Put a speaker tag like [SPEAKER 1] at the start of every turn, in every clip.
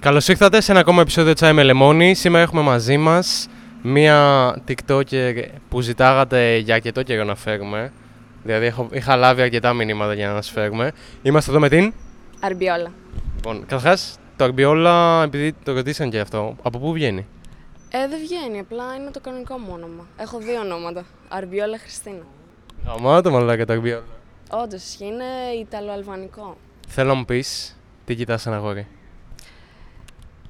[SPEAKER 1] Καλώς ήρθατε σε ένα ακόμα επεισόδιο Τσάι με Λεμόνι. Σήμερα έχουμε μαζί μας μία TikToker που ζητάγατε για αρκετό καιρό να φέρουμε. Δηλαδή, έχω, είχα λάβει αρκετά μηνύματα για να σας φέρουμε. Είμαστε εδώ με την.
[SPEAKER 2] Αρμπιόλα.
[SPEAKER 1] Λοιπόν, καταρχάς, το Αρμπιόλα, επειδή το ρωτήσαν και αυτό, από πού βγαίνει.
[SPEAKER 2] Ε, δεν βγαίνει, απλά είναι το κανονικό μου όνομα. Έχω δύο ονόματα. Αρμπιόλα Χριστίνα.
[SPEAKER 1] Γαμάτο το μαλάκα το Αρμπιόλα.
[SPEAKER 2] Όντως, είναι Ιταλοαλβανικό.
[SPEAKER 1] Θέλω να μου πεις τι κοιτάς ένα αγόρι.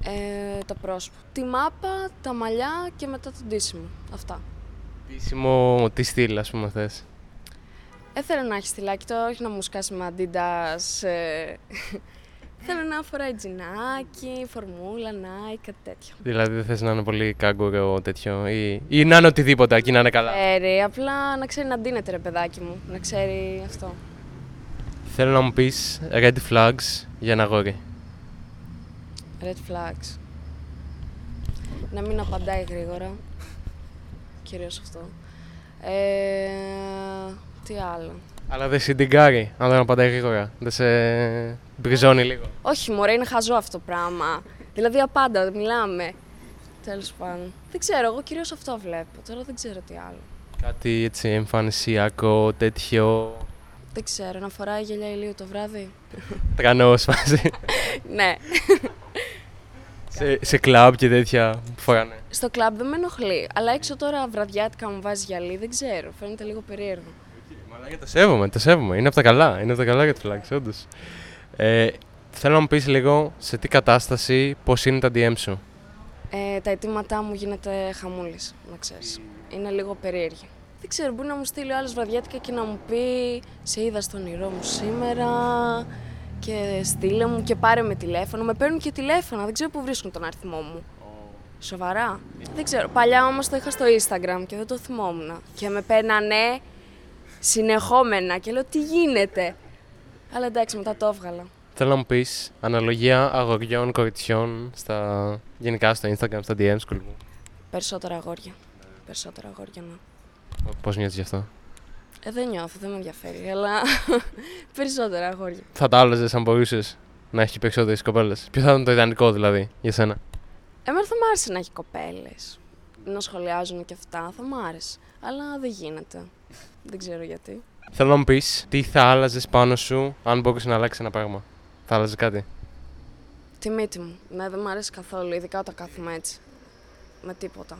[SPEAKER 2] Ε, το πρόσωπο. Τη μάπα, τα μαλλιά και μετά το ντύσιμο. Αυτά.
[SPEAKER 1] Επίσημο, τι στυλ, ας πούμε, θες.
[SPEAKER 2] Ε, θέλω να έχει στυλάκι τώρα, όχι να μου σκάσει με αντίντας, ε, θέλω να φοράει τζινάκι, φορμούλα, Nike, κάτι τέτοιο.
[SPEAKER 1] Δηλαδή, δεν θες να είναι πολύ κάγκουρο τέτοιο ή, ή να είναι οτιδήποτε αρκεί να είναι καλά.
[SPEAKER 2] Ξέρει, Ε, απλά να ξέρει να ντύνεται ρε παιδάκι μου. Να ξέρει αυτό.
[SPEAKER 1] Θέλω να μου πεις red flags για ένα αγόρι.
[SPEAKER 2] Red flags. Να μην απαντάει γρήγορα. Κυρίως αυτό. Ε, τι άλλο.
[SPEAKER 1] Αλλά δεν συντηγκάρει, αν δεν απαντάει γρήγορα. Δεν σε μπριζώνει λίγο.
[SPEAKER 2] Όχι, μωρέ, είναι χαζό αυτό το πράγμα. Δηλαδή, απάντα, μιλάμε. Τέλος πάντων. Δεν ξέρω, εγώ κυρίως αυτό βλέπω. Τώρα δεν ξέρω τι άλλο.
[SPEAKER 1] Κάτι έτσι εμφανισιακό, τέτοιο.
[SPEAKER 2] Δεν ξέρω, να φοράει γυαλιά ηλίου το βράδυ.
[SPEAKER 1] Τρανός φάση.
[SPEAKER 2] ναι.
[SPEAKER 1] σε, σε κλαμπ και τέτοια που φοράνε.
[SPEAKER 2] Στο κλαμπ δεν με ενοχλεί, αλλά έξω τώρα βραδιάτικα μου βάζει γυαλί, δεν ξέρω, φαίνεται λίγο περίεργο.
[SPEAKER 1] Μαλάκα, το σέβομαι, το σέβομαι. Είναι από τα καλά. Είναι από τα καλά για τη όντως. Ε, θέλω να μου πεις λίγο σε τι κατάσταση, πώς είναι τα DM σου.
[SPEAKER 2] Ε, τα αιτήματά μου γίνεται χαμούλης, να ξέρεις. Είναι λίγο περίεργη. Δεν ξέρω, μπορεί να μου στείλει ο άλλος βραδιάτικα και να μου πει Σε είδα στον όνειρό μου σήμερα και στείλε μου και πάρε με τηλέφωνο. Με παίρνουν και τηλέφωνα, δεν ξέρω πού βρίσκουν τον αριθμό μου. Σοβαρά. Δεν ξέρω. Παλιά όμως το είχα στο Instagram και δεν το θυμόμουν. Και με παίρνανε συνεχόμενα και λέω τι γίνεται. Αλλά εντάξει, μετά το έβγαλα.
[SPEAKER 1] Θέλω να μου πεις αναλογία αγοριών, κοριτσιών, στα, γενικά στο Instagram, στα DM σου.
[SPEAKER 2] Περισσότερα αγόρια. Περισσότερα αγόρια, ναι.
[SPEAKER 1] Πώς νιώθεις γι' αυτό.
[SPEAKER 2] Ε, δεν νιώθω, δεν με ενδιαφέρει, αλλά περισσότερα αγόρια.
[SPEAKER 1] Θα τα άλλαζες αν μπορούσες να έχει και περισσότερες κοπέλες. Ποιο θα ήταν το ιδανικό δηλαδή για σένα.
[SPEAKER 2] Εμένα θα μ' άρεσε να έχει κοπέλες. Να σχολιάζουν και αυτά, θα μ' άρεσε. Αλλά δεν γίνεται. Δεν ξέρω γιατί.
[SPEAKER 1] Θέλω να μου πεις τι θα άλλαζες πάνω σου αν μπορούσε να αλλάξει ένα πράγμα. Θα άλλαζες κάτι.
[SPEAKER 2] Τη μύτη μου. Ναι, δεν μ' αρέσει καθόλου, ειδικά όταν κάθομαι έτσι. Με τίποτα.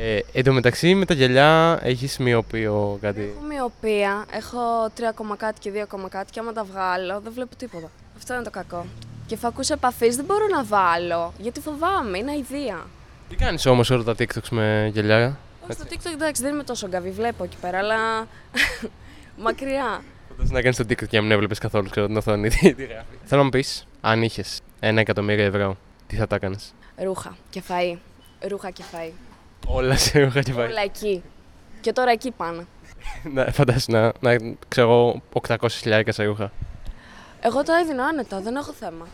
[SPEAKER 1] Ε, εν τω μεταξύ με τα γυαλιά έχεις μοιοπίο κάτι.
[SPEAKER 2] Έχω μοιοπία, έχω 3 ακόμα κάτι και 2 ακόμα κάτι και άμα τα βγάλω δεν βλέπω τίποτα. Αυτό είναι το κακό. Και φακούς επαφής δεν μπορώ να βάλω, γιατί φοβάμαι, είναι αηδία.
[SPEAKER 1] Τι κάνεις όμως όλα τα TikToks με γυαλιά.
[SPEAKER 2] Όχι, στο TikTok εντάξει δεν είμαι τόσο γκαβή, βλέπω εκεί πέρα, αλλά μακριά.
[SPEAKER 1] Φαντάζομαι να κάνεις το TikTok και να μην έβλεπες καθόλου ξέρω την οθόνη. τι- τι γράφεις. Θέλω να μου πεις αν είχες ένα εκατομμύριο ευρώ, τι θα τα έκανες.
[SPEAKER 2] Ρούχα και φαΐ. Ρούχα και φαΐ.
[SPEAKER 1] Όλα σε ρούχα και πάει.
[SPEAKER 2] Όλα εκεί. Και τώρα εκεί πάνω.
[SPEAKER 1] Να φαντάσου να, να ξέρω εγώ 800 χιλιάρικα σε ρούχα.
[SPEAKER 2] Εγώ τα έδινα άνετα, δεν έχω θέμα.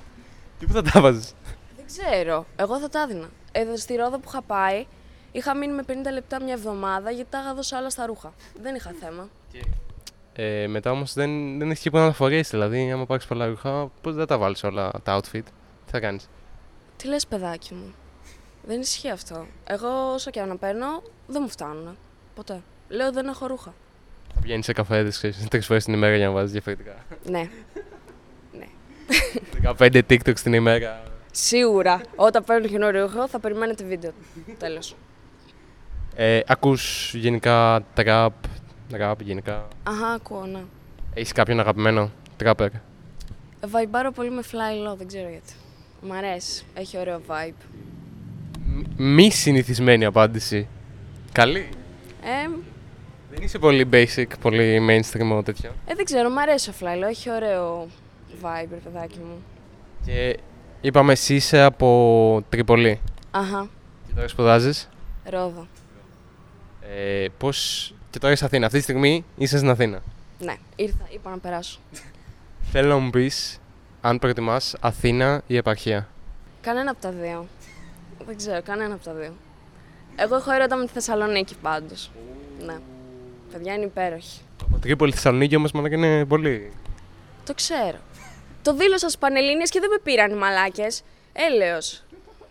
[SPEAKER 1] Τι που θα τα βάζεις.
[SPEAKER 2] Δεν ξέρω. Εγώ θα τα έδινα. Εδώ στη Ρόδο που είχα πάει, είχα μείνει με 50 λεπτά μια εβδομάδα γιατί τα είχα δώσει όλα στα ρούχα. Δεν είχα θέμα.
[SPEAKER 1] Ε, μετά όμως δεν, δεν έχει τίποτα να φορέσει. Δηλαδή, άμα πάρεις πολλά ρούχα, πώς δεν τα βάλεις όλα τα outfit. Τι θα κάνεις.
[SPEAKER 2] Τι λες παιδάκι μου. Δεν ισχύει αυτό. Εγώ όσο και αν παίρνω, δεν μου φτάνουν. Ποτέ. Λέω δεν έχω ρούχα.
[SPEAKER 1] Θα πηγαίνει σε καφέ τρεις φορές την ημέρα για να βάζεις διαφορετικά.
[SPEAKER 2] Ναι.
[SPEAKER 1] 15 TikTok την ημέρα.
[SPEAKER 2] Σίγουρα όταν παίρνω κοινό ρούχο θα περιμένετε βίντεο. Τέλος.
[SPEAKER 1] Ε, Ακούς γενικά τραπ. Ραπ γενικά.
[SPEAKER 2] Αχα, ακούω, ναι.
[SPEAKER 1] Έχεις κάποιον αγαπημένο τράπερ.
[SPEAKER 2] Βαϊμπάρω πολύ με fly low, δεν ξέρω γιατί. Μ' αρέσει. Έχει ωραίο vibe.
[SPEAKER 1] Μ- Μη συνηθισμένη απάντηση. Καλή.
[SPEAKER 2] Ε,
[SPEAKER 1] Δεν είσαι πολύ basic, πολύ mainstream τέτοιο.
[SPEAKER 2] ε δεν ξέρω, μ' αρέσει ο fly low. Έχει ωραίο vibe, ρε παιδάκι μου.
[SPEAKER 1] Και είπαμε εσύ είσαι από Τρίπολη.
[SPEAKER 2] Αχα,
[SPEAKER 1] Και τώρα σπουδάζεις.
[SPEAKER 2] ρόδο.
[SPEAKER 1] Ε, Πώς. Και τώρα είσαι Αθήνα. Αυτή τη στιγμή είσαι στην Αθήνα.
[SPEAKER 2] Ναι, ήρθα, είπα να περάσω.
[SPEAKER 1] Θέλω να μου πεις αν προτιμάς Αθήνα ή επαρχία.
[SPEAKER 2] Κανένα από τα δύο. Δεν ξέρω, κανένα από τα δύο. Εγώ έχω έρωτα με τη Θεσσαλονίκη πάντως. Ναι. Παιδιά είναι υπέροχη.
[SPEAKER 1] Από Τρίπολη Θεσσαλονίκη όμως μάλλον είναι πολύ.
[SPEAKER 2] Το ξέρω. Το δήλωσα στους Πανελλήνιες και δεν με πήραν οι μαλάκες. Έλεος.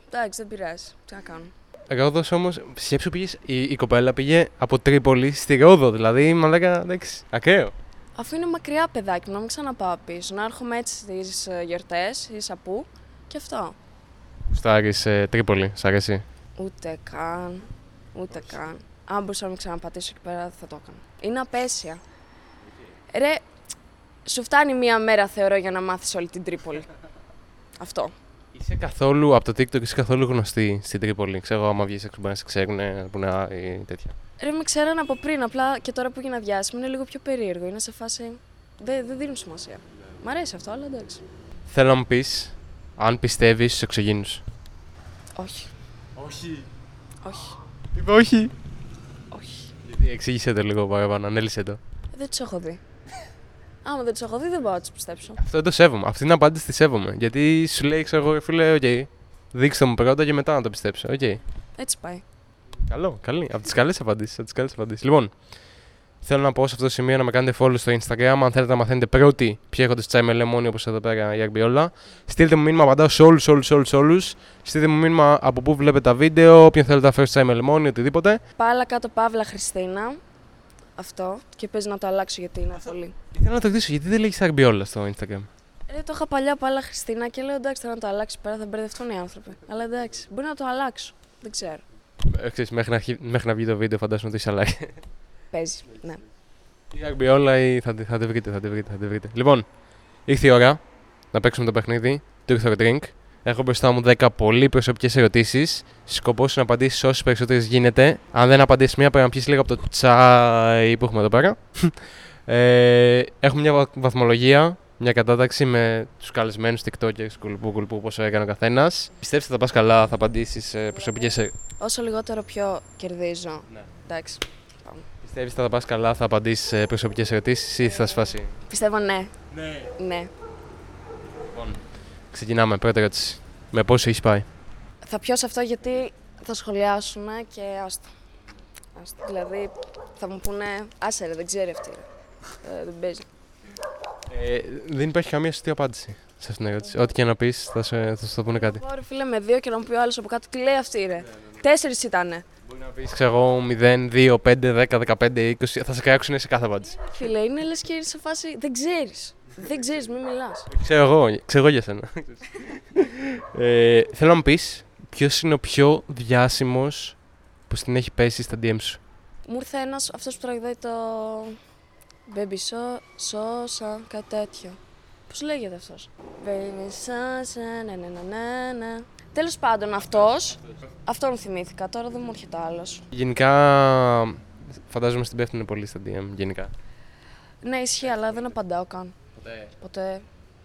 [SPEAKER 2] Εντάξει, δεν πειράζει. Τι να κάνω.
[SPEAKER 1] Ρόδο όμως, σκέψου πήγες. Η, η κοπέλα πήγε από Τρίπολη στη Ρόδο. Δηλαδή, μαλάκα, εντάξει, ακραίο.
[SPEAKER 2] Αφού είναι μακριά, παιδάκι μου, να μην ξαναπάω πίσω. Να έρχομαι έτσι στις γιορτές ή σαπού και αυτό.
[SPEAKER 1] Στάρι ε, Τρίπολη, σ' αρέσει.
[SPEAKER 2] Ούτε καν. Ούτε καν. Αν μπορούσα να μην ξαναπατήσω εκεί πέρα, θα το έκανα. Είναι απέσια. Ρε, σου φτάνει μία μέρα, θεωρώ, για να μάθεις όλη την Τρίπολη. Αυτό.
[SPEAKER 1] Είσαι καθόλου από το TikTok, είσαι καθόλου γνωστή στην Τρίπολη. Ξέρω, άμα βγεις έξω, μπορεί να σε ξέρουν, να πούνε «Α, ή τέτοια.
[SPEAKER 2] Ρε, με ξέραν από πριν, απλά και τώρα που γίνα διάσημη είναι λίγο πιο περίεργο. Είναι σε φάση. Δεν δεν δίνουν σημασία. Μ' αρέσει αυτό, αλλά εντάξει.
[SPEAKER 1] Θέλω να μου πεις αν πιστεύεις στους εξωγήνους.
[SPEAKER 2] Όχι.
[SPEAKER 1] Όχι.
[SPEAKER 2] Όχι.
[SPEAKER 1] Είπα όχι.
[SPEAKER 2] Όχι.
[SPEAKER 1] Γιατί εξήγησε το λίγο παραπάνω, ανέλησε το.
[SPEAKER 2] Δεν τους έχω δει. Άμα δεν τους έχω δει, δεν πάω να τους πιστέψω.
[SPEAKER 1] Αυτό το σέβομαι. Αυτή την απάντηση τη σέβομαι. Γιατί σου λέει, ξέρω εγώ, φίλε, οκ. δείξτε μου πρώτα και μετά να το πιστέψω. Οκ.
[SPEAKER 2] Έτσι πάει.
[SPEAKER 1] Καλό, καλή. Από τις καλές απαντήσεις. Από τις καλές απαντήσεις. Λοιπόν, θέλω να πω σε αυτό το σημείο να με κάνετε follow στο Instagram. Αν θέλετε να μαθαίνετε πρώτοι ποιοι έχονται στο τσάι με λεμόνι όπως εδώ πέρα η Αρμπιόλα. Στείλτε μου μήνυμα, απαντάω σε όλους, όλους, όλους, όλους. Στείλτε μου μήνυμα από πού βλέπετε τα βίντεο, ποιον θέλετε να φέρω στο τσάι με λεμόνι, οτιδήποτε.
[SPEAKER 2] Πάλα κάτω Παύλα Χριστίνα. Αυτό. Και πες να το αλλάξω γιατί είναι πολύ.
[SPEAKER 1] Θέλω να το ρωτήσω, γιατί δεν λέγεις Αρμπιόλα στο Instagram.
[SPEAKER 2] Ρε, Ε, το είχα παλιά Πάλα Χριστίνα και λέω εντάξει, θα να το αλλάξω πέρα, θα μπερδευτούν οι άνθρωποι. Αλλά εντάξει, μπορεί να το αλλάξω. Δεν ξέρω.
[SPEAKER 1] Ε, ξέρεις, μέχρι, να, αρχι- μέχρι να βγει το βίντεο, φαντάζομαι ότι είσαι αλλαγή.
[SPEAKER 2] Παίζεις. Ναι.
[SPEAKER 1] Η Αγμπιόλα ή θα, τη- θα τη βρείτε, θα τη βρείτε, θα τη βρείτε. Λοιπόν, ήρθε η ώρα να παίξουμε το παιχνίδι Truth or Drink. Έχω μπροστά μου 10 πολύ προσωπικές ερωτήσεις. Σκοπός είναι να απαντήσεις όσες περισσότερες γίνεται. Αν δεν απαντήσεις μία, πρέπει να πιεις λίγο από το τσάι που έχουμε εδώ πέρα. ε, έχουμε μια βα- βαθμολογία, μια κατάταξη με τους καλεσμένους TikTokers κουλπού κουλπού πόσο έκανε ο καθένας. Πιστέψτε θα πας καλά, θα απαντήσεις προσωπικές
[SPEAKER 2] Όσο λιγότερο πιο κερδίζω.
[SPEAKER 1] Ναι.
[SPEAKER 2] Εντάξει.
[SPEAKER 1] Πιστεύεις ότι θα τα πας καλά, θα απαντήσεις ε, προσωπικές ερωτήσεις ή θα σφάσει.
[SPEAKER 2] Πιστεύω ναι. Ναι. ναι.
[SPEAKER 1] Ξεκινάμε, πρώτη ερώτηση. Με πόσο έχεις πάει.
[SPEAKER 2] Θα πιω σε αυτό γιατί θα σχολιάσουν και άστα. άστα. Δηλαδή θα μου πούνε άσε ρε, δεν ξέρει αυτή. ρε. Ε, δεν παίζει.
[SPEAKER 1] Ε, δεν υπάρχει καμία σωστή απάντηση σε αυτήν την ερώτηση. Ό,τι και να πεις θα, σε, θα σου το πούνε κάτι. Ναι,
[SPEAKER 2] Μπορώ ρε φίλε με δύο και να μου πει ο άλλος από κάτω τι λέει αυτή ρε. Τέσσερις ήτανε.
[SPEAKER 1] Μπορεί να πεις, ξέρω εγώ, 0, 2, 5, 10, 15, 20. Θα σε κράξουν σε κάθε απάντηση.
[SPEAKER 2] Φίλε, είναι λες και είσαι σε φάση. Δεν ξέρεις. Δεν ξέρεις, μην μιλάς.
[SPEAKER 1] Ξέρω εγώ, ξέρω εγώ για σένα. ε, θέλω να μου πεις ποιος είναι ο πιο διάσημος που στην έχει πέσει στα DM σου.
[SPEAKER 2] Μου ήρθε ένας αυτός που τραγουδάει το. Baby so, Sosa, κάτι τέτοιο. Πώς λέγεται αυτός. Baby Sosa, ναι, ναι, ναι, ναι, ναι. Τέλος πάντων, αυτός. Αυτόν θυμήθηκα. Τώρα δεν μου έρχεται άλλος.
[SPEAKER 1] Γενικά, φαντάζομαι στην πέφτουν πολύ στα DM, γενικά.
[SPEAKER 2] Ναι, ισχύει, αλλά δεν απαντάω καν. Ποτέ.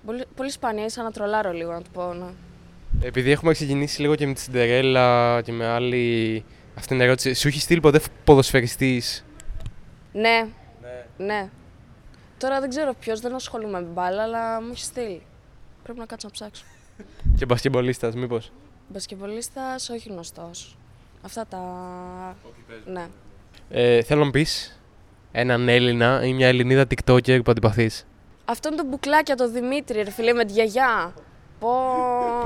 [SPEAKER 2] Πολύ, πολύ σπάνια, ίσα να τρολάρω λίγο, να του πω. Ναι.
[SPEAKER 1] Επειδή έχουμε ξεκινήσει λίγο και με τη Σιντερέλα και με άλλη αυτή την ερώτηση, σου έχει στείλει ποτέ ποδοσφαιριστής.
[SPEAKER 2] ναι, ναι. Τώρα δεν ξέρω ποιος, δεν ασχολούμαι με μπάλα, αλλά μου έχει στείλει. Πρέπει να κάτσω να ψάξω.
[SPEAKER 1] Και μπασκεμπολίστας, μήπως.
[SPEAKER 2] Μπασκευολίστας, όχι γνωστός. Αυτά τα. Ναι.
[SPEAKER 1] Ε, θέλω να μου πεις έναν Έλληνα ή μια Ελληνίδα TikToker που αντιπαθεί.
[SPEAKER 2] Αυτό είναι το μπουκλάκια, το Δημήτρη, ρε φίλε, με τη γιαγιά. Πω.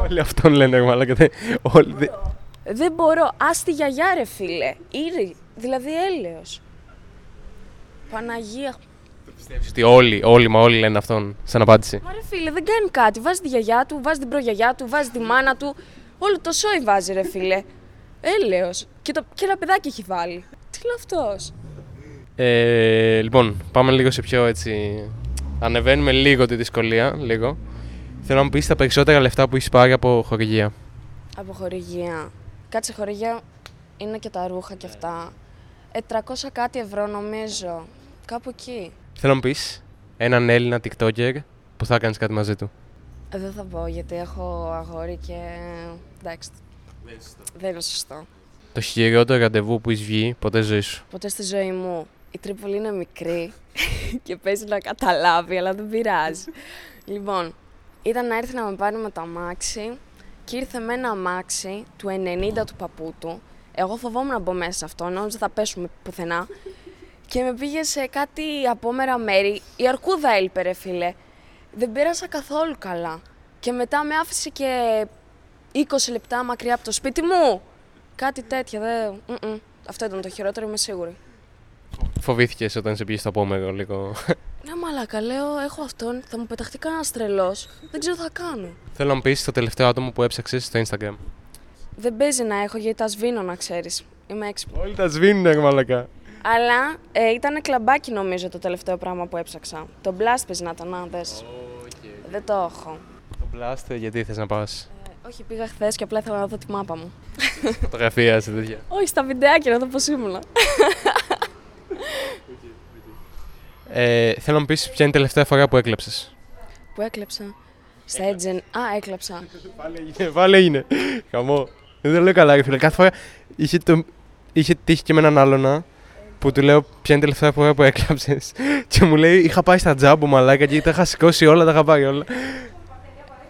[SPEAKER 1] Όλοι αυτόν λένε, εγώ, αλλά και δεν. Όλοι. δεν-
[SPEAKER 2] Δεν μπορώ. Ας τη γιαγιά, ρε φίλε. Ήρη, δηλαδή έλεος. Παναγία.
[SPEAKER 1] Πιστεύεις ότι όλοι, όλοι μα όλοι λένε αυτόν σαν απάντηση.
[SPEAKER 2] Μα ρε φίλε, δεν κάνει κάτι. Βάζεις τη γιαγιά του, βάζεις την προγιαγιά του, βάζεις τη μάνα του. Όλο το σόι βάζει, ρε φίλε. Έλεος. Και, το... και ένα παιδάκι έχει βάλει. Τι λέει αυτός.
[SPEAKER 1] Ε, λοιπόν, πάμε λίγο σε πιο έτσι. Ανεβαίνουμε λίγο τη δυσκολία, λίγο. Θέλω να μου πεις τα περισσότερα λεφτά που έχεις πάρει από χορηγία.
[SPEAKER 2] Από χορηγία. Κάτσε χορηγία είναι και τα ρούχα και αυτά. Ε, 300 κάτι ευρώ νομίζω. Κάπου εκεί.
[SPEAKER 1] Θέλω να μου πεις έναν Έλληνα TikToker που θα κάνεις κάτι μαζί του.
[SPEAKER 2] Ε, δεν θα πω γιατί έχω αγόρι και. Εντάξει. Δεν είναι σωστό.
[SPEAKER 1] Το χειρότερο ραντεβού που έχεις βγει ποτέ ζωή σου.
[SPEAKER 2] Ποτέ στη ζωή μου η Τρίπολη είναι μικρή και παίζει να καταλάβει, αλλά δεν πειράζει. λοιπόν, ήταν να έρθει να με πάρει με το αμάξι και ήρθε με ένα αμάξι του 90 του παππού του. Εγώ φοβόμουν να μπω μέσα σε αυτό, νόμιζα θα πέσουμε πουθενά. Και με πήγε σε κάτι απόμερα μέρη. Η αρκούδα έλειπε, ρε φίλε. Δεν πέρασα καθόλου καλά. Και μετά με άφησε και 20 λεπτά μακριά από το σπίτι μου. Κάτι τέτοια. Δε... μμμ. Αυτό ήταν το χειρότερο, είμαι σίγουρη.
[SPEAKER 1] Φοβήθηκες όταν σε πήγες στο απόμερο λίγο.
[SPEAKER 2] Ναι, μαλάκα, λέω, έχω αυτόν, θα μου πεταχτεί κανένας τρελός. Δεν ξέρω τι θα κάνω.
[SPEAKER 1] Θέλω να μου πεις το τελευταίο άτομο που έψαξες στο Instagram.
[SPEAKER 2] Δεν παίζει να έχω γιατί τα σβήνω, να ξέρεις. Είμαι έξυπνη.
[SPEAKER 1] Όλοι τα σβήνουν, ρε μαλακά.
[SPEAKER 2] Αλλά ε, ήταν κλαμπάκι νομίζω το τελευταίο πράγμα που έψαξα. Το blast παίζει να ήταν, να δες. Δεν το έχω.
[SPEAKER 1] Το Blast, γιατί θες να πας.
[SPEAKER 2] Ε, όχι, πήγα χθες και απλά ήθελα να δω τη μάπα μου.
[SPEAKER 1] Φωτογραφία σε τέτοια.
[SPEAKER 2] Όχι, στα βιντεάκια να δω πώς ήμουνα.
[SPEAKER 1] Ε, θέλω να μου πεις ποια είναι η τελευταία φορά που έκλαψες.
[SPEAKER 2] που έκλεψα. Στα Edgen. Α, έκλαψα.
[SPEAKER 1] Πάλι έγινε, πάλι έγινε. Χαμό. Δεν το λέω καλά, ρε φίλε. Κάθε φορά είχε, το... είχε τύχει και με έναν άλλονα που του λέω ποια είναι η τελευταία φορά που έκλαψες. και μου λέει είχα πάει στα τζάμπο μαλάκα και τα είχα σηκώσει όλα, τα είχα πάρει όλα.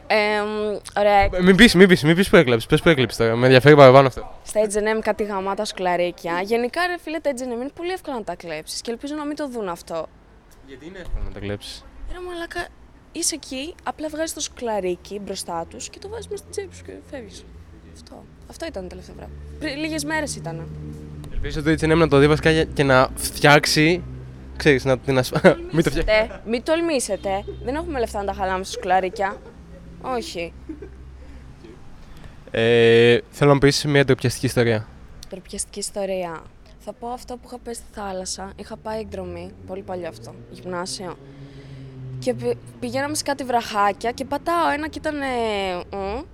[SPEAKER 2] Ε, μ, ωραία.
[SPEAKER 1] Ε, Μην πεις, μην πεις, μην πεις που έκλαψες. Πες που έκλεψες τώρα. Με ενδιαφέρει παραπάνω αυτό.
[SPEAKER 2] Στα H&M κάτι γαμάτα σκουλαρίκια. Γενικά, ρε φίλε, τα H&M είναι πολύ εύκολο να τα κλέψεις και ελπίζω να μην το δουν αυτό.
[SPEAKER 1] Γιατί είναι εύκολο να τα κλέψεις.
[SPEAKER 2] Ρε μαλάκα, είσαι εκεί, απλά βγάζεις το σκουλαρίκι μπροστά τους και το βάζεις μέσα στην τσέπη σου και φεύγεις. Αυτό. Αυτό ήταν το τελευταίο πράγμα. Πριν λίγες μέρες ήταν.
[SPEAKER 1] Ελπίζω το H&M να το δει βασικά για- και να φτιάξει. Ξέρεις, να την ασφα... Μην το φτιάξει.
[SPEAKER 2] Τε, μην τολμήσετε. Δεν έχουμε λεφτά να τα χαλάμε στα σκουλαρίκια. Όχι.
[SPEAKER 1] Ε, θέλω να μου πεις μια ντροπιαστική ιστορία.
[SPEAKER 2] Τροπιαστική ιστορία. Θα πω αυτό που είχα πέσει στη θάλασσα. Είχα πάει εκδρομή, πολύ παλιό αυτό, γυμνάσιο. Και πη- πηγαίναμε σε κάτι βραχάκια και πατάω ένα και ήταν. ε, ου,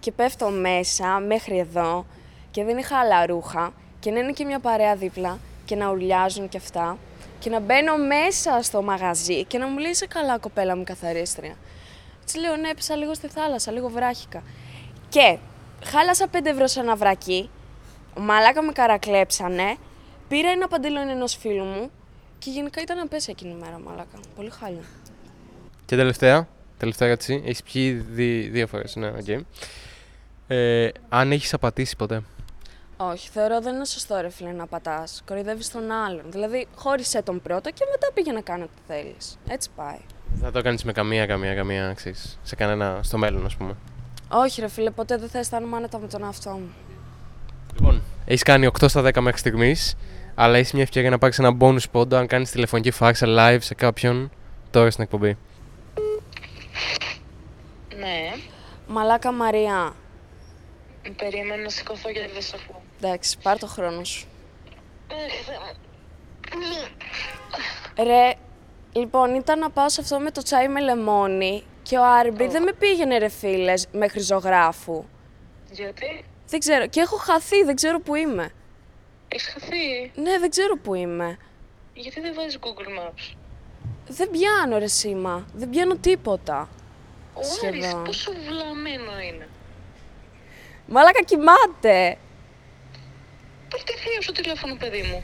[SPEAKER 2] και πέφτω μέσα μέχρι εδώ και δεν είχα άλλα ρούχα. Και να είναι και μια παρέα δίπλα και να ουρλιάζουν και αυτά. Και να μπαίνω μέσα στο μαγαζί και να μου λέει: Είσαι καλά, κοπέλα μου, καθαρίστρια. Έτσι λέω: Ναι, έπεσα λίγο στη θάλασσα, λίγο βράχικα. Και χάλασα 5 ευρώ σε ένα βρακί Μαλάκα με καρακλέψανε. Πήρα ένα παντελόνι ενός φίλου μου και γενικά ήταν απέσια εκείνη η μέρα, μαλάκα. Πολύ χάλια.
[SPEAKER 1] Και τελευταία, τελευταία έτσι, έχεις πιει δι- δύο φορές. Ναι, οκ. Ε, αν έχεις απατήσει ποτέ.
[SPEAKER 2] Όχι, θεωρώ δεν είναι σωστό ρε φίλε να πατάς. Κοροϊδεύεις τον άλλον. Δηλαδή, χώρισε τον πρώτο και μετά πήγε να κάνει ό,τι θέλεις. Έτσι πάει.
[SPEAKER 1] Δεν θα το κάνεις με καμία, καμία, καμία, ξέρεις, σε κανένα, στο μέλλον ας πούμε.
[SPEAKER 2] Όχι, ρε φίλε, ποτέ δεν θα αισθάνομαι άνετα με τον εαυτό μου.
[SPEAKER 1] Λοιπόν, έχεις κάνει 8 στα 10 μέχρι στιγμής, αλλά έχει μια ευκαιρία να πάρεις ένα bonus πόντο αν κάνεις τηλεφωνική φάξα live σε κάποιον τώρα στην εκπομπή.
[SPEAKER 3] Ναι,
[SPEAKER 2] Μαλάκα Μαρία.
[SPEAKER 3] περίμενα να σηκωθώ γιατί δεν σ' ακούω.
[SPEAKER 2] Εντάξει, πάρ το χρόνο σου. Ρε, λοιπόν, ήταν να πάω σε αυτό με το τσάι με λεμόνι και ο Άρμπι δεν με πήγαινε ρε φίλες μέχρι ζωγράφου.
[SPEAKER 3] Γιατί
[SPEAKER 2] Δεν ξέρω. Και έχω χαθεί, δεν ξέρω που είμαι.
[SPEAKER 3] έχεις χαθεί.
[SPEAKER 2] Ναι, δεν ξέρω που είμαι.
[SPEAKER 3] Γιατί δεν βάζεις Google Maps.
[SPEAKER 2] Δεν πιάνω ρε σήμα. Δεν πιάνω τίποτα.
[SPEAKER 3] Ο
[SPEAKER 2] Σχεδόν.
[SPEAKER 3] Άρης πόσο βλαμμένο είναι.
[SPEAKER 2] Μαλάκα κοιμάται.
[SPEAKER 3] Πάρ' τη θεία σου τηλέφωνο, παιδί μου.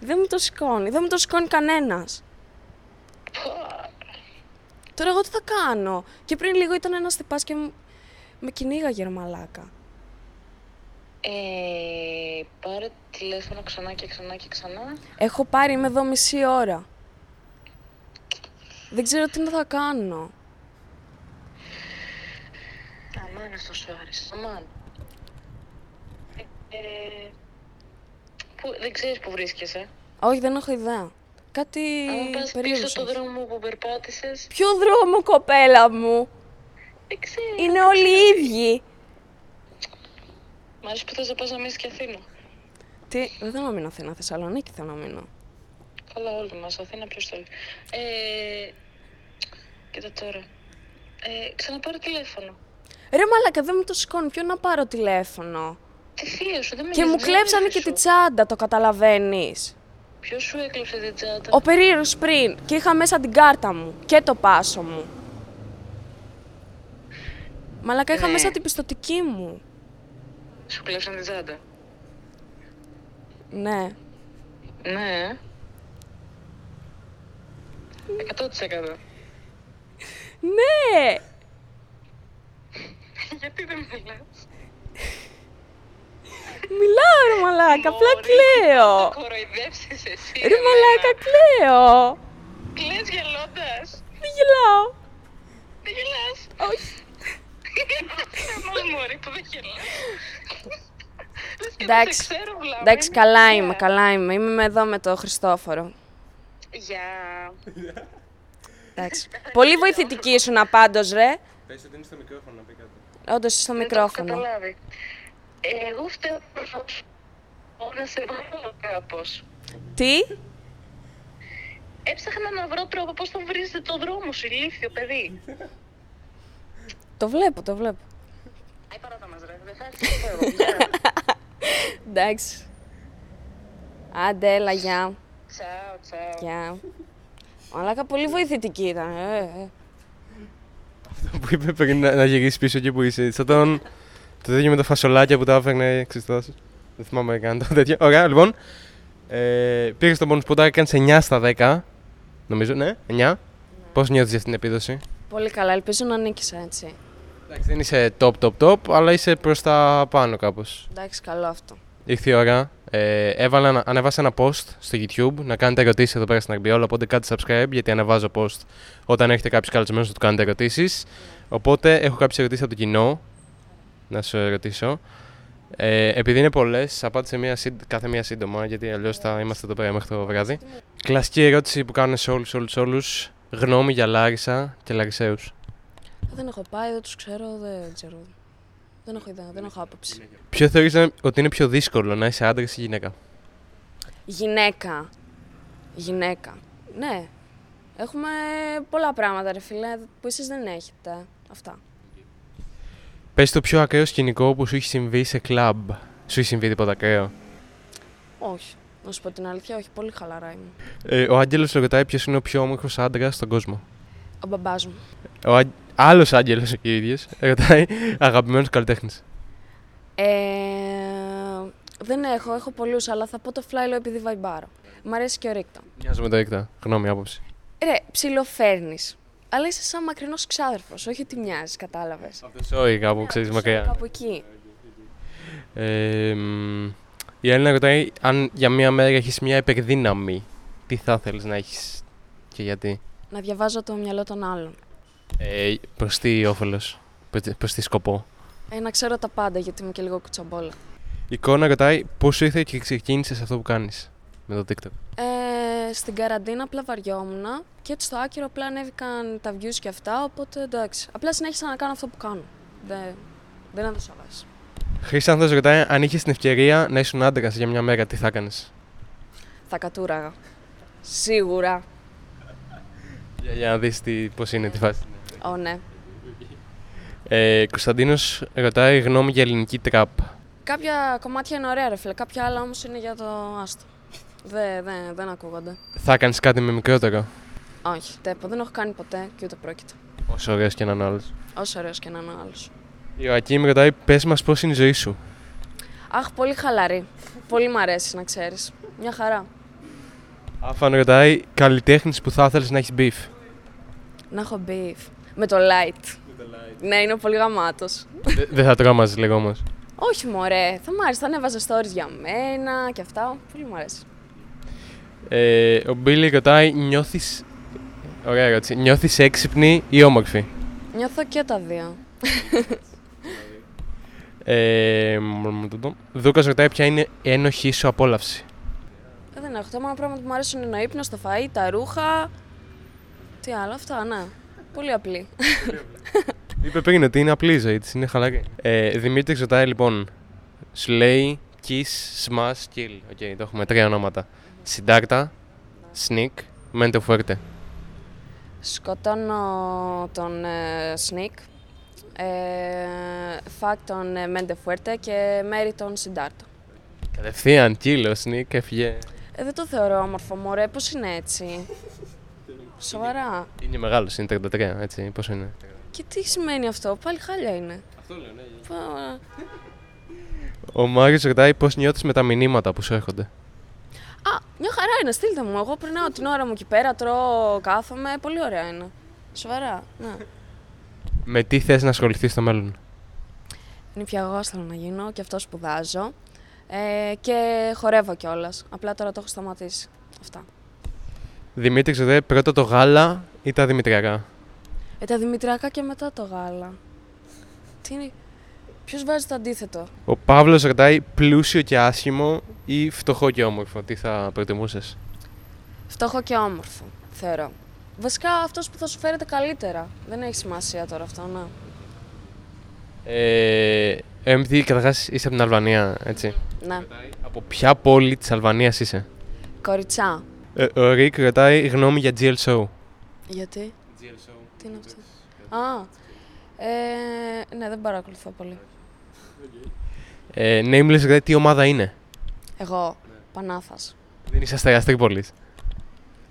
[SPEAKER 2] Δεν μου το σηκώνει. Δεν μου το σηκώνει κανένας. Τώρα εγώ τι θα κάνω. Και πριν λίγο ήταν ένας τυπάς και μου- με κυνήγαγε ρε μαλάκα.
[SPEAKER 3] Ε, πάρε τηλέφωνο ξανά και ξανά και ξανά.
[SPEAKER 2] Έχω πάρει, είμαι εδώ μισή ώρα. Δεν ξέρω τι να θα κάνω.
[SPEAKER 3] Αμάν αυτός ο Άρης, αμάν. Ε, ε, που, δεν ξέρεις που βρίσκεσαι.
[SPEAKER 2] Όχι, δεν έχω ιδέα. Κάτι
[SPEAKER 3] Αν πας πίσω
[SPEAKER 2] περίεργος.
[SPEAKER 3] στον δρόμο που περπάτησες,
[SPEAKER 2] Ποιο δρόμο, κοπέλα μου.
[SPEAKER 3] δεν ξέρω.
[SPEAKER 2] Είναι όλοι οι ίδιοι.
[SPEAKER 3] Μ' αρέσει που θες να πας να μείνεις και Αθήνα.
[SPEAKER 2] Τι, δεν θέλω να μείνω Αθήνα, Θεσσαλονίκη θέλω να μείνω.
[SPEAKER 3] Καλά όλοι μας, Αθήνα ποιος θέλει. Ε, κοίτα τώρα. Ε, ξαναπάρω τηλέφωνο.
[SPEAKER 2] Ρε μαλακα, δεν μου το σηκώνει, ποιον να πάρω τηλέφωνο.
[SPEAKER 3] Τη θεία σου, δεν με
[SPEAKER 2] Και μου κλέψανε και τη τσάντα, το καταλαβαίνεις.
[SPEAKER 3] Ποιος σου έκλεψε την τσάντα.
[SPEAKER 2] Ο περίεργος πριν και είχα μέσα την κάρτα μου και το πάσο μου. Μαλακα, είχα
[SPEAKER 3] Ναι.
[SPEAKER 2] μέσα την πιστοτική μου.
[SPEAKER 3] Σου κλέψαν την τσάντα.
[SPEAKER 2] Ναι.
[SPEAKER 3] Ναι. 100%.
[SPEAKER 2] Ναι!
[SPEAKER 3] Γιατί δεν μιλάς.
[SPEAKER 2] Μιλάω ρε μαλάκα, απλά
[SPEAKER 3] Μωρή,
[SPEAKER 2] κλαίω.
[SPEAKER 3] Θα κοροϊδέψεις εσύ.
[SPEAKER 2] Ρε
[SPEAKER 3] εμένα.
[SPEAKER 2] μαλάκα, κλαίω.
[SPEAKER 3] Κλαις γελώντας.
[SPEAKER 2] Δεν γελάω.
[SPEAKER 3] Δεν γελάς.
[SPEAKER 2] Όχι.
[SPEAKER 3] Ένας μωρή που δεν χελάει. Λες και δεν
[SPEAKER 2] Εντάξει.
[SPEAKER 3] σε ξέρω, βλάμα.
[SPEAKER 2] Εντάξει,
[SPEAKER 3] Είναι
[SPEAKER 2] καλά
[SPEAKER 3] τυχαία.
[SPEAKER 2] είμαι, καλά είμαι. Είμαι με- εδώ με το Χριστόφορο.
[SPEAKER 3] Γεια.
[SPEAKER 2] Εντάξει. Πολύ βοηθητική ήσουν πάντω, ρε.
[SPEAKER 1] Πες ότι είναι στο μικρόφωνο να πει κάτι.
[SPEAKER 2] Όντως στο
[SPEAKER 3] Δεν το έχω
[SPEAKER 2] μικρόφωνο.
[SPEAKER 3] καταλάβει. Ε, Εγώ φταίω προφανώς. να σε βρω κάπως.
[SPEAKER 2] Τι?
[SPEAKER 3] Έψαχνα να βρω τρόπο πώς θα βρεις το δρόμο σου, ηλίθιο παιδί.
[SPEAKER 2] Το βλέπω, το βλέπω.
[SPEAKER 3] Αϊ παράτα μας ρε, δεν θα έρθει το δρόμο.
[SPEAKER 2] Εντάξει. Άντε, έλα, γεια.
[SPEAKER 3] Τσάω, τσάω.
[SPEAKER 2] Γεια. Μαλάκα, πολύ βοηθητική ήταν. Ε, ε.
[SPEAKER 1] Αυτό που είπε πριν να, να γυρίσεις πίσω εκεί που είσαι. Σαν τον. Το τέτοιο με τα φασολάκια που τα έφερνε ξεστάσει. Δεν θυμάμαι καν το τέτοιο. Ωραία, λοιπόν. Ε, Πήρες τον πόνου σποτάκι, έκανε 9 στα 10. Νομίζω, ναι, 9. Πώς νιώθεις για την επίδοση.
[SPEAKER 2] Πολύ καλά, ελπίζω να νίκησα έτσι.
[SPEAKER 1] Εντάξει, δεν είσαι top, top, top, αλλά είσαι προς τα πάνω κάπως.
[SPEAKER 2] Εντάξει, καλό αυτό.
[SPEAKER 1] Ήρθε η ώρα. Ε, έβαλα, ένα- ανέβασα ένα post στο YouTube να κάνετε ερωτήσεις εδώ πέρα στην Αγμπιόλα. Οπότε κάντε subscribe γιατί ανεβάζω post όταν έχετε κάποιους καλεσμένους να του κάνετε ερωτήσεις. Οπότε έχω κάποιες ερωτήσεις από το κοινό να σου ερωτήσω. Ε, επειδή είναι πολλές, απάντησε μία, σύν- κάθε μία σύντομα γιατί αλλιώς θα είμαστε εδώ πέρα μέχρι το βράδυ. Κλασική ερώτηση που κάνουν σε όλους, όλους, όλους. Γνώμη για Λάρισα και Λαρισαίους.
[SPEAKER 2] Δεν έχω πάει, δεν τους ξέρω, δεν ξέρω. Δεν έχω ιδέα, δεν έχω άποψη.
[SPEAKER 1] Ποιο θεωρείς να- ότι είναι πιο δύσκολο να είσαι άντρας ή γυναίκα.
[SPEAKER 2] Γυναίκα. Γυναίκα. Ναι. Έχουμε πολλά πράγματα, ρε φίλε, που εσείς δεν έχετε. Αυτά.
[SPEAKER 1] Πες το πιο ακραίο σκηνικό που σου έχει συμβεί σε κλαμπ. Σου έχει συμβεί τίποτα ακραίο.
[SPEAKER 2] Όχι. Να σου πω την αλήθεια, όχι, πολύ χαλαρά είμαι.
[SPEAKER 1] Ε, ο Άγγελος ρωτάει ποιος είναι ο πιο όμορφος άντρας στον κόσμο.
[SPEAKER 2] Ο μπαμπάς μου.
[SPEAKER 1] Ο Άγ... άλλος Άγγελος ο ίδιος ρωτάει αγαπημένος καλλιτέχνης.
[SPEAKER 2] Ε, δεν έχω, έχω πολλούς, αλλά θα πω το φλάιλο επειδή βαϊμπάρω. Μ' αρέσει και ο Ρίκτο.
[SPEAKER 1] Μοιάζομαι το έκτα. Γνώμη, άποψη.
[SPEAKER 2] Ρε, ψιλοφέρνεις. Αλλά είσαι σαν μακρινός ξάδερφος, όχι ότι μοιάζεις, κατάλαβες.
[SPEAKER 1] Από το σόι κάπου, ξέρεις, μακριά.
[SPEAKER 2] Κάπου εκεί.
[SPEAKER 1] Ε, μ, η Έλληνα ρωτάει αν για μία μέρα έχεις μία υπερδύναμη. Τι θα θέλεις να έχεις και γιατί.
[SPEAKER 2] Να διαβάζω το μυαλό των άλλων.
[SPEAKER 1] Ε, προς τι όφελος, προς τι- προς τι σκοπό.
[SPEAKER 2] Ε, να ξέρω τα πάντα, γιατί είμαι και λίγο κουτσαμπόλα.
[SPEAKER 1] Η Κόνα ρωτάει πώς ήρθε και ξεκίνησες αυτό που κάνεις με το TikTok.
[SPEAKER 2] Ε, στην καραντίνα απλά βαριόμουν και έτσι στο άκυρο απλά ανέβηκαν τα views και αυτά, οπότε εντάξει. Απλά συνέχισα να κάνω αυτό που κάνω. Δε, δεν θα το σαβάς.
[SPEAKER 1] Χρήστανθος ρωτάει αν είχες την ευκαιρία να ήσουν άντρας για μια μέρα, τι θα έκανες.
[SPEAKER 2] Θα κατούραγα. Σίγουρα.
[SPEAKER 1] Για, για να δεις τι, πώς είναι τη φάση.
[SPEAKER 2] Ω, ναι.
[SPEAKER 1] Ε, Κωνσταντίνος ρωτάει γνώμη για ελληνική τραπ.
[SPEAKER 2] Κάποια κομμάτια είναι ωραία, ρε φίλε. Κάποια άλλα όμως είναι για το άστο. Δε, δε, δεν ακούγονται.
[SPEAKER 1] Θα έκανε κάτι με μικρότερο.
[SPEAKER 2] Όχι, τέπο. Δεν έχω κάνει ποτέ και ούτε πρόκειται.
[SPEAKER 1] Όσο ωραίος και να είναι ο άλλος.
[SPEAKER 2] Όσο ωραίος και να είναι ο άλλος.
[SPEAKER 1] Η Ακήμ ρωτάει πες μας πώς είναι η ζωή σου.
[SPEAKER 2] Αχ, πολύ χαλαρή. πολύ μ' αρέσει να ξέρεις. Μια χαρά.
[SPEAKER 1] Άφαν ρωτάει καλλιτέχνης που θα ήθελες να έχεις beef.
[SPEAKER 2] Να έχω beef. Με το light. Ναι, είναι πολύ γαμάτος.
[SPEAKER 1] Δε- Δεν θα τρώμαζες λίγο όμως.
[SPEAKER 2] Όχι, μωρέ. Θα μ' άρεσε. Θα ανέβαζα stories για μένα και αυτά. Πολύ μου αρέσει.
[SPEAKER 1] Ε, ο Μπίλι ρωτάει νιώθεις... Ωραία ερώτηση. Νιώθεις έξυπνη ή όμορφη.
[SPEAKER 2] Νιώθω και τα δύο.
[SPEAKER 1] Ε, μ- μ- μ- μ- Δούκας ρωτάει ποια είναι η ένοχή σου απόλαυση.
[SPEAKER 2] Ε, Δεν έχω. Τα μόνο πράγματα που μου αρέσουν είναι ο ύπνος, το φαΐ, τα ρούχα. Τι άλλο, αυτά, ναι. Πολύ απλή.
[SPEAKER 1] Είπε πριν ότι είναι απλή η ζωή της, είναι χαλαρή. Ε, Δημήτρης ρωτάει λοιπόν. Σου λέει Kiss, Smash, Kill. Οκ, το έχουμε τρία ονόματα. Συντάκτα, Sneak, Mente Fuerte.
[SPEAKER 2] Σκοτώνω τον ε, Σνικ, ε, Φακ τον ε, Μέντε Φουέρτε και Μέρι τον Συντάρτο.
[SPEAKER 1] Κατευθείαν, Kill ο Sneak έφυγε.
[SPEAKER 2] Ε, δεν το θεωρώ όμορφο, μωρέ. Πώς είναι έτσι. Σοβαρά.
[SPEAKER 1] Είναι μεγάλος, είναι 33, έτσι, πόσο είναι.
[SPEAKER 2] Και τι σημαίνει αυτό, πάλι χάλια είναι.
[SPEAKER 1] Αυτό λέω, ναι.
[SPEAKER 2] Πα-
[SPEAKER 1] Ο Μάριος ρωτάει πώς νιώθεις με τα μηνύματα που σου έρχονται.
[SPEAKER 2] Α, μια χαρά είναι, στείλτε μου. Εγώ περνάω την ώρα μου εκεί πέρα, τρώω, κάθομαι. Πολύ ωραία είναι. Σοβαρά, ναι.
[SPEAKER 1] Με τι θες να ασχοληθείς στο μέλλον.
[SPEAKER 2] Νηπιαγός θέλω να γίνω και αυτό σπουδάζω. Ε, και χορεύω κιόλας. Απλά τώρα το έχω σταματήσει. Αυτά.
[SPEAKER 1] Δημήτρη ρωτάει πρώτα το γάλα ή τα δημητριακά.
[SPEAKER 2] Ε, τα δημητριακά και μετά το γάλα. Τι είναι... Ποιος βάζει το αντίθετο.
[SPEAKER 1] Ο Παύλος ρωτάει πλούσιο και άσχημο ή φτωχό και όμορφο. Τι θα προτιμούσες.
[SPEAKER 2] Φτωχό και όμορφο, θεωρώ. Βασικά αυτός που θα σου φέρεται καλύτερα. Δεν έχει σημασία τώρα αυτό, ναι. να.
[SPEAKER 1] Ε, MD, καταρχάς είσαι από την Αλβανία, έτσι.
[SPEAKER 2] Ναι.
[SPEAKER 1] Από ποια πόλη της Αλβανίας είσαι.
[SPEAKER 2] Κοριτσά.
[SPEAKER 1] Ε, ο Ρίκ ρωτάει γνώμη για GL Show.
[SPEAKER 2] Γιατί. Τι είναι αυτό. Α, ε, ναι, δεν παρακολουθώ πολύ.
[SPEAKER 1] Ε, Nameless ρωτάει τι ομάδα είναι.
[SPEAKER 2] Εγώ, Πανάθας.
[SPEAKER 1] Δεν είσαι αστεριάς Τρίπολης.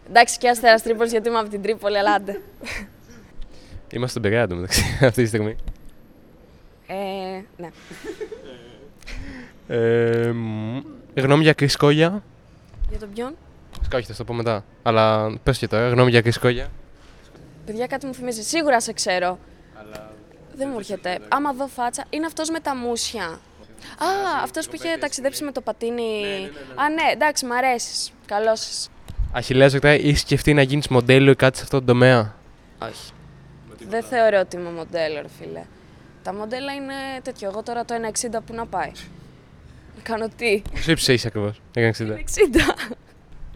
[SPEAKER 2] Εντάξει και Αστέρας Τρίπολης γιατί είμαι από την Τρίπολη, αλλά άντε.
[SPEAKER 1] Είμαστε στον Πειραιά εντωμεταξύ αυτή τη στιγμή.
[SPEAKER 2] Ε, ναι.
[SPEAKER 1] Ε, μ, γνώμη για Κρισκόγια.
[SPEAKER 2] Για τον ποιον.
[SPEAKER 1] Φυσικά όχι, θα σου το πω μετά. Αλλά πες και τώρα, γνώμη για Κρισκόγια.
[SPEAKER 2] Παιδιά, κάτι μου θυμίζει. Σίγουρα σε ξέρω. Δεν μου έρχεται. Άμα δω φάτσα, είναι αυτός με τα μουσια. Α, αυτός που είχε ταξιδέψει με το πατίνι. Α, ναι, εντάξει, μ' αρέσεις. Καλό σα.
[SPEAKER 1] Αχιλέας ρωτάει, είσαι σκεφτεί να γίνεις μοντέλο ή κάτι σε αυτόν τον τομέα.
[SPEAKER 2] Όχι. Δεν θεωρώ ότι είμαι μοντέλο, ρε φίλε. Τα μοντέλα είναι τέτοιο. Εγώ τώρα το 1,60 που να πάει. Να κάνω τι.
[SPEAKER 1] Πόσο ύψος είσαι ακριβώς,
[SPEAKER 2] Ναι.
[SPEAKER 1] 1,60.
[SPEAKER 2] 1,60.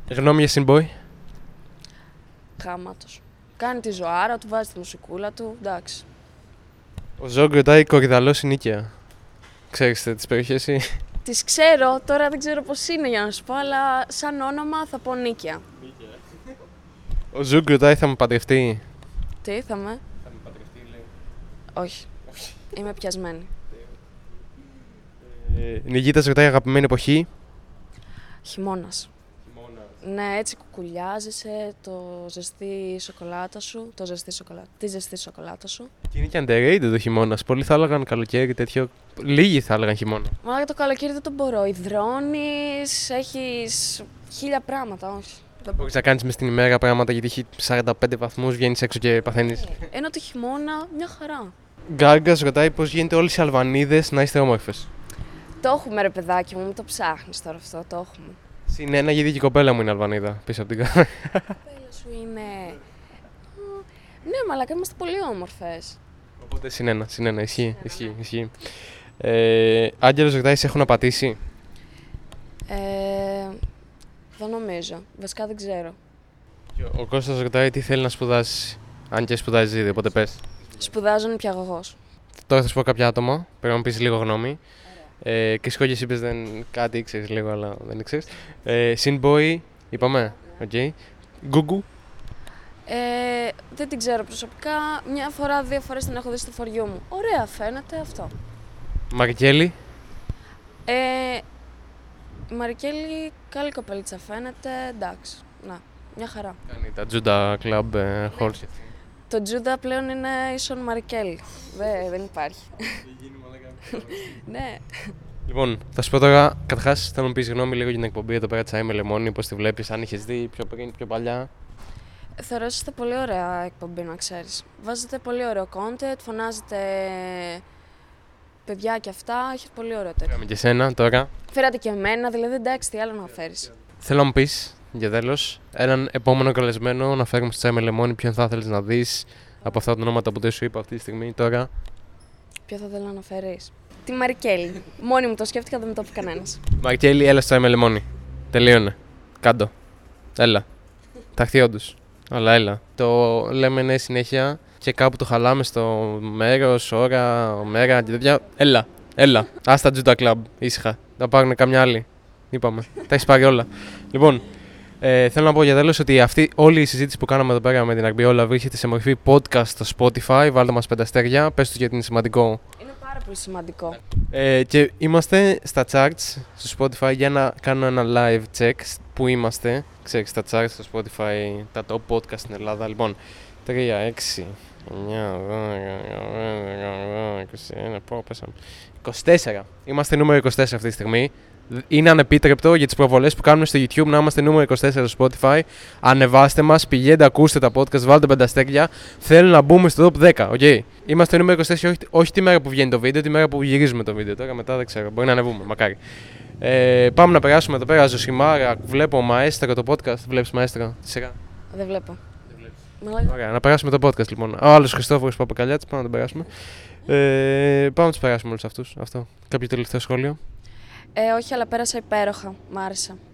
[SPEAKER 1] Γνώμη για Sinboy.
[SPEAKER 2] Γάματος. Κάνει τη ζωάρα του, βάζει τη μουσικούλα του. Εντάξει.
[SPEAKER 1] Ο Ζόγκ ρωτάει κορυδαλός ή νίκαια. Ξέρεις τις περιοχές ή...
[SPEAKER 2] Τις ξέρω, τώρα δεν ξέρω πώς είναι για να σου πω, αλλά σαν όνομα θα πω Νίκια.
[SPEAKER 1] Ο Ζόγκ ρωτάει θα μου παντρευτεί.
[SPEAKER 2] Τι, θα με. Θα με παντρευτεί, λέει. Όχι. Είμαι πιασμένη.
[SPEAKER 1] Ε, Νικήτας ρωτάει αγαπημένη εποχή.
[SPEAKER 2] Χειμώνας. Ναι, έτσι κουκουλιάζεσαι το ζεστή σοκολάτα σου. Το ζεστή σοκολάτα. Τη ζεστή σοκολάτα σου.
[SPEAKER 1] Και είναι και underrated το χειμώνας. Πολλοί θα έλεγαν καλοκαίρι τέτοιο. Λίγοι θα έλεγαν χειμώνα.
[SPEAKER 2] Μα για το καλοκαίρι δεν τον μπορώ. Υδρώνεις, έχεις χίλια πράγματα, όχι.
[SPEAKER 1] Δεν μπορείς να κάνεις μες στην ημέρα πράγματα γιατί έχει 45 βαθμούς, βγαίνεις έξω και παθαίνεις.
[SPEAKER 2] Ενώ το χειμώνα, μια χαρά.
[SPEAKER 1] Γκάγκα ρωτάει πώς γίνεται όλε οι Αλβανίδε να είστε όμορφες.
[SPEAKER 2] Το έχουμε ρε παιδάκι μου, μην το ψάχνεις τώρα αυτό, το έχουμε.
[SPEAKER 1] Συν ένα γιατί και η κοπέλα μου είναι Αλβανίδα πίσω από την κάμερα.
[SPEAKER 2] κοπέλα σου είναι. «Μ, Ναι, μαλακά είμαστε πολύ όμορφες.
[SPEAKER 1] Οπότε συν ένα, συν ένα. Ισχύει, ισχύει, ισχύει. Ε, Άγγελος ρωτάει, σε έχουν απατήσει.
[SPEAKER 2] Ε, δεν νομίζω. Βασικά δεν ξέρω.
[SPEAKER 1] Και Ο Κώστας ρωτάει τι θέλει να σπουδάσεις. Αν και σπουδάζεις ήδη, οπότε πες.
[SPEAKER 2] Σπουδάζω νηπιαγωγό.
[SPEAKER 1] Τώρα θα σου πω κάποια άτομα. Πρέπει να μου πεις λίγο γνώμη. Ε, και σκόγγε είπες δεν κάτι ήξερες λίγο, αλλά δεν ήξερες. Ε, Sinboy, είπαμε. Οκ. Γκούγκου.
[SPEAKER 2] Ε, δεν την ξέρω προσωπικά. Μια φορά, δύο φορές την έχω δει στο φοριό μου. Ωραία, φαίνεται αυτό.
[SPEAKER 1] Μαρκέλη.
[SPEAKER 2] Ε, η Μαρικέλη, καλή κοπελίτσα φαίνεται. Εντάξει. Να, μια χαρά.
[SPEAKER 1] Κάνει τα Τζούντα Club ε, Halls.
[SPEAKER 2] Το Τζούντα πλέον είναι ίσον Μαρικέλη. Δε, δεν υπάρχει. ναι.
[SPEAKER 1] Λοιπόν, θα σου πω τώρα, καταρχάς θέλω να μου πεις γνώμη λίγο για την εκπομπή εδώ πέρα Τσάι με λεμόνι, πώς τη βλέπεις, αν είχες δει πιο πριν, πιο παλιά.
[SPEAKER 2] Θεωρώ ότι είστε πολύ ωραία εκπομπή, να ξέρεις. Βάζετε πολύ ωραίο content, φωνάζετε παιδιά και αυτά, έχει πολύ ωραίο τέτοιο.
[SPEAKER 1] Φέραμε και σένα τώρα.
[SPEAKER 2] Φέρατε και εμένα, δηλαδή εντάξει, τι άλλο να φέρεις.
[SPEAKER 1] Θέλω να μου πεις για τέλος έναν επόμενο καλεσμένο να φέρουμε στο Τσάι με λεμόνι, ποιον θα θέλει να δεις από αυτά τα ονόματα που δεν σου είπα αυτή τη στιγμή τώρα.
[SPEAKER 2] Ποιο θα θέλω να φέρεις. Τη Μαρικέλη. Μόνη μου το σκέφτηκα, δεν μου το είπε κανένας.
[SPEAKER 1] Μαρκέλη, έλα στο με λεμόνι. Τελείωνε. Κάντο. Έλα. Ταχθεί όντω. Αλλά έλα. Το λέμε ναι συνέχεια και κάπου το χαλάμε στο μέρος, ώρα, μέρα και τέτοια. Έλα. Έλα. Άστα Τζούτα Κλαμπ. Ήσυχα. Θα πάρουν καμιά άλλη. Είπαμε. Τα έχεις πάρει όλα. Λοιπόν, ε, θέλω να πω για τέλος ότι αυτή, όλη η συζήτηση που κάναμε εδώ πέρα με την Αγμπιόλα βρίσκεται σε μορφή podcast στο Spotify. Βάλτε μας πέντε αστέρια. Πες τους γιατί είναι σημαντικό
[SPEAKER 2] Είναι πάρα πολύ σημαντικό.
[SPEAKER 1] ε, και είμαστε στα charts στο Spotify για να κάνω ένα live check σ- που είμαστε. Ξέρεις, στα charts στο Spotify, τα top podcast στην Ελλάδα. Λοιπόν, 3, 6, 9, 10, 11, 12, 21, πω, πέσαμε. 24. Είμαστε νούμερο 24 αυτή τη στιγμή. Είναι ανεπίτρεπτο για τις προβολές που κάνουμε στο YouTube να είμαστε νούμερο 24 στο Spotify. Ανεβάστε μας, πηγαίνετε, ακούστε τα podcast, βάλτε πενταστέκια. Θέλω να μπούμε στο top 10, οκ. Είμαστε νούμερο 24, όχι, όχι τη μέρα που βγαίνει το βίντεο, τη μέρα που γυρίζουμε το βίντεο. Τώρα μετά δεν ξέρω, μπορεί να ανεβούμε, μακάρι. Ε, πάμε να περάσουμε εδώ πέρα, Ζωσιμάρα, βλέπω Μαέστρα το podcast, βλέπεις Μαέστρα, τη σειρά.
[SPEAKER 2] Δεν βλέπω. Μαλάκα.
[SPEAKER 1] Ωραία, να περάσουμε το podcast λοιπόν. Ο άλλος Χριστόφορος Παπακαλιάτης, πάμε να τον περάσουμε. Ε, πάμε να τους περάσουμε όλους αυτούς. Αυτό. Κάποιο τελευταίο σχόλιο.
[SPEAKER 2] Ε, όχι, αλλά πέρασα υπέροχα. Μ' άρεσε.